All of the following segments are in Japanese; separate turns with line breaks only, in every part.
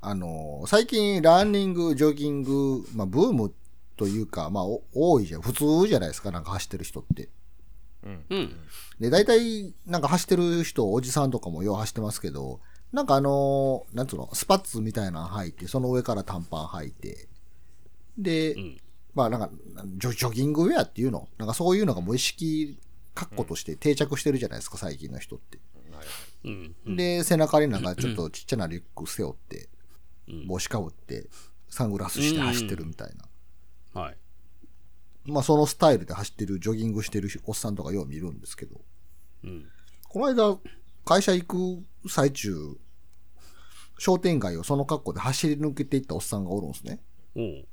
あの、最近ランニング、ジョギング、まあブームというか、まあお多いじゃん、普通じゃないですか、なんか走ってる人って。
うん。
うん。
で、大体、なんか走ってる人、おじさんとかもよう走ってますけど、なんかあのーなんつうの、スパッツみたいなの履いて、その上から短パン履いて、で、
うん
まあなんか、ジョジョギングウェアっていうのなんかそういうのが無意識、格好として定着してるじゃないですか、最近の人って。
はい
うん。
で、背中になんかちょっとちっちゃなリュック背負って、
うん
帽子かぶって、サングラスして走ってるみたいな。
はい。
まあそのスタイルで走ってる、ジョギングしてるおっさんとかよう見るんですけど、
うん。
この間、会社行く最中、商店街をその格好で走り抜けていったおっさんがおるんですね。
おう。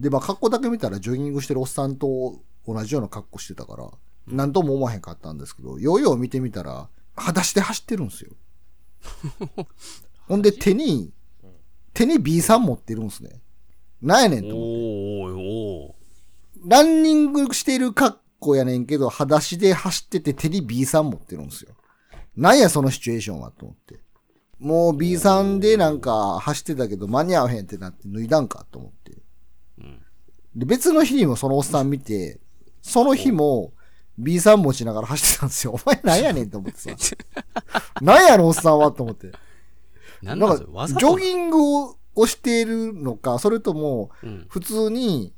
で、まあ格好だけ見たらジョギングしてるおっさんと同じような格好してたから、何とも思わへんかったんですけど、ヨーヨー見てみたら、裸足で走ってるんですよ。ほんで手に、手に B さん持ってるんですね。なんやねんと思って。
おうおうおう
ランニングしてる格好やねんけど、裸足で走ってて手に B さん持ってるんですよ。なんやそのシチュエーションはと思って。もう B さんでなんか走ってたけど間に合わへんってなって脱いだんかと思って。
うん
で、別の日にもそのおっさん見て、その日も B さん持ちながら走ってたんですよ。お前なんやねんと思ってさ。 なんやあのおっさんはと思って。
なん
な
だ
ん
そ
か
れわ、
ジ
ざと
ョギングをしているのか、それとも、
うん。
普通に、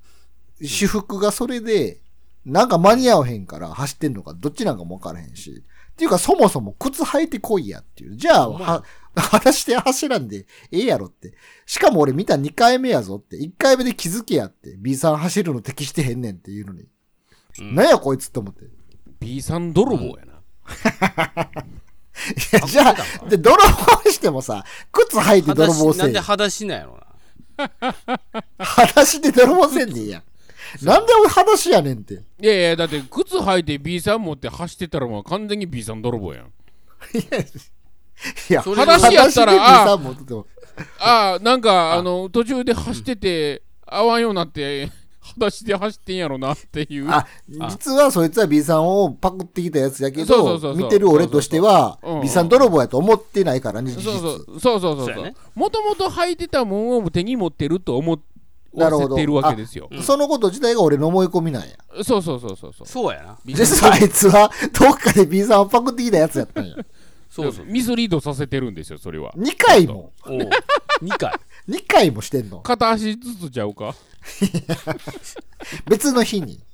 私服がそれで、なんか間に合わへんから走ってんのか、どっちなんかもわからへんし。っていうか、そもそも靴履いてこいやっていう。じゃあ、
ほんま
は、話して走らんでええやろって。しかも俺見た2回目やぞって。1回目で気づけやって。B さん走るの適してへんねんっていうのに。
うん
なんやこいつって思って。い
B さん泥棒やな。
や、じゃあ、で、泥棒してもさ、靴履いて泥棒
裸足な
せ
ん
ん
で。裸足なんやろな。
裸足で泥棒せんでいいやん。なんで俺裸足やねんって。
いやいや、だって靴履いて B さん持って走ってたらもう完全に B さん泥棒やん。
いや、
それ
裸足
やったら
で B さん持ってても。
ああ、なんかあの途中で走ってて、合わんようになって、裸足で走ってんやろなっていう。
あ、実はそいつは B さんをパクってきたやつやけ
そうそうそ
ど、
うそう
見てる俺としては
そうそうそううん
B さん泥棒やと思ってないからね、
そ
実
う
質。
そうそう
そう
そうそ
やね
う。もともと履いてたもんを手に持ってると思わせてるわけですよ。
そのこと自体が俺の思い込みなんや。
そうそうそう そうそう。
そうやな。
実はあいつはどっかで B さんをパクってきたやつや ったんや。
そうそう。
ミスリードさせてるんですよ、それは。
2回も、
おう。2回。
2回もしてんの。
片足ずつちゃうか
別の日に。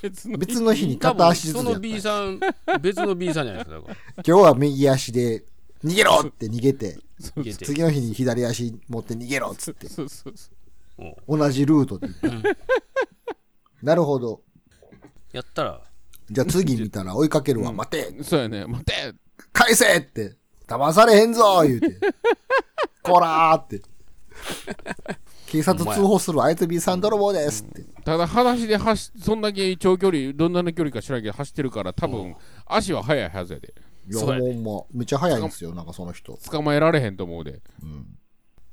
別の
別 の日に
多
片
分
足ずつやっ
そ
たん
の
や
B さん、別の B さんじゃないですか。だから
今日は右足で逃げろって逃げて、
逃げて
次の日に左足持って逃げろっつって、
そうそうそう
おう
同じルートで行った。なるほど。
やったら、
じゃあ次見たら追いかけるわ。待て
そうやね。待て
返せって、騙されへんぞ言う て、こらーって。警察通報するあいつ B さん泥棒ですって。
ただ、裸足で走っそんだけ長距離、どんなの距離か知らんけど走ってるから、多分足は速いはずやで。
いや、
そうやね
もう、まめっちゃ早いんですよ、なんかその人。
捕まえられへんと思うで。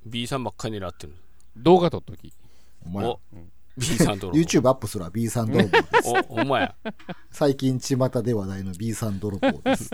B さんばっかり狙ってる。
動画撮っとき。
お前
お B さんと
YouTube アップすら B さん 泥棒。
お、ほんまや。
最近巷で話題の B さん泥棒です。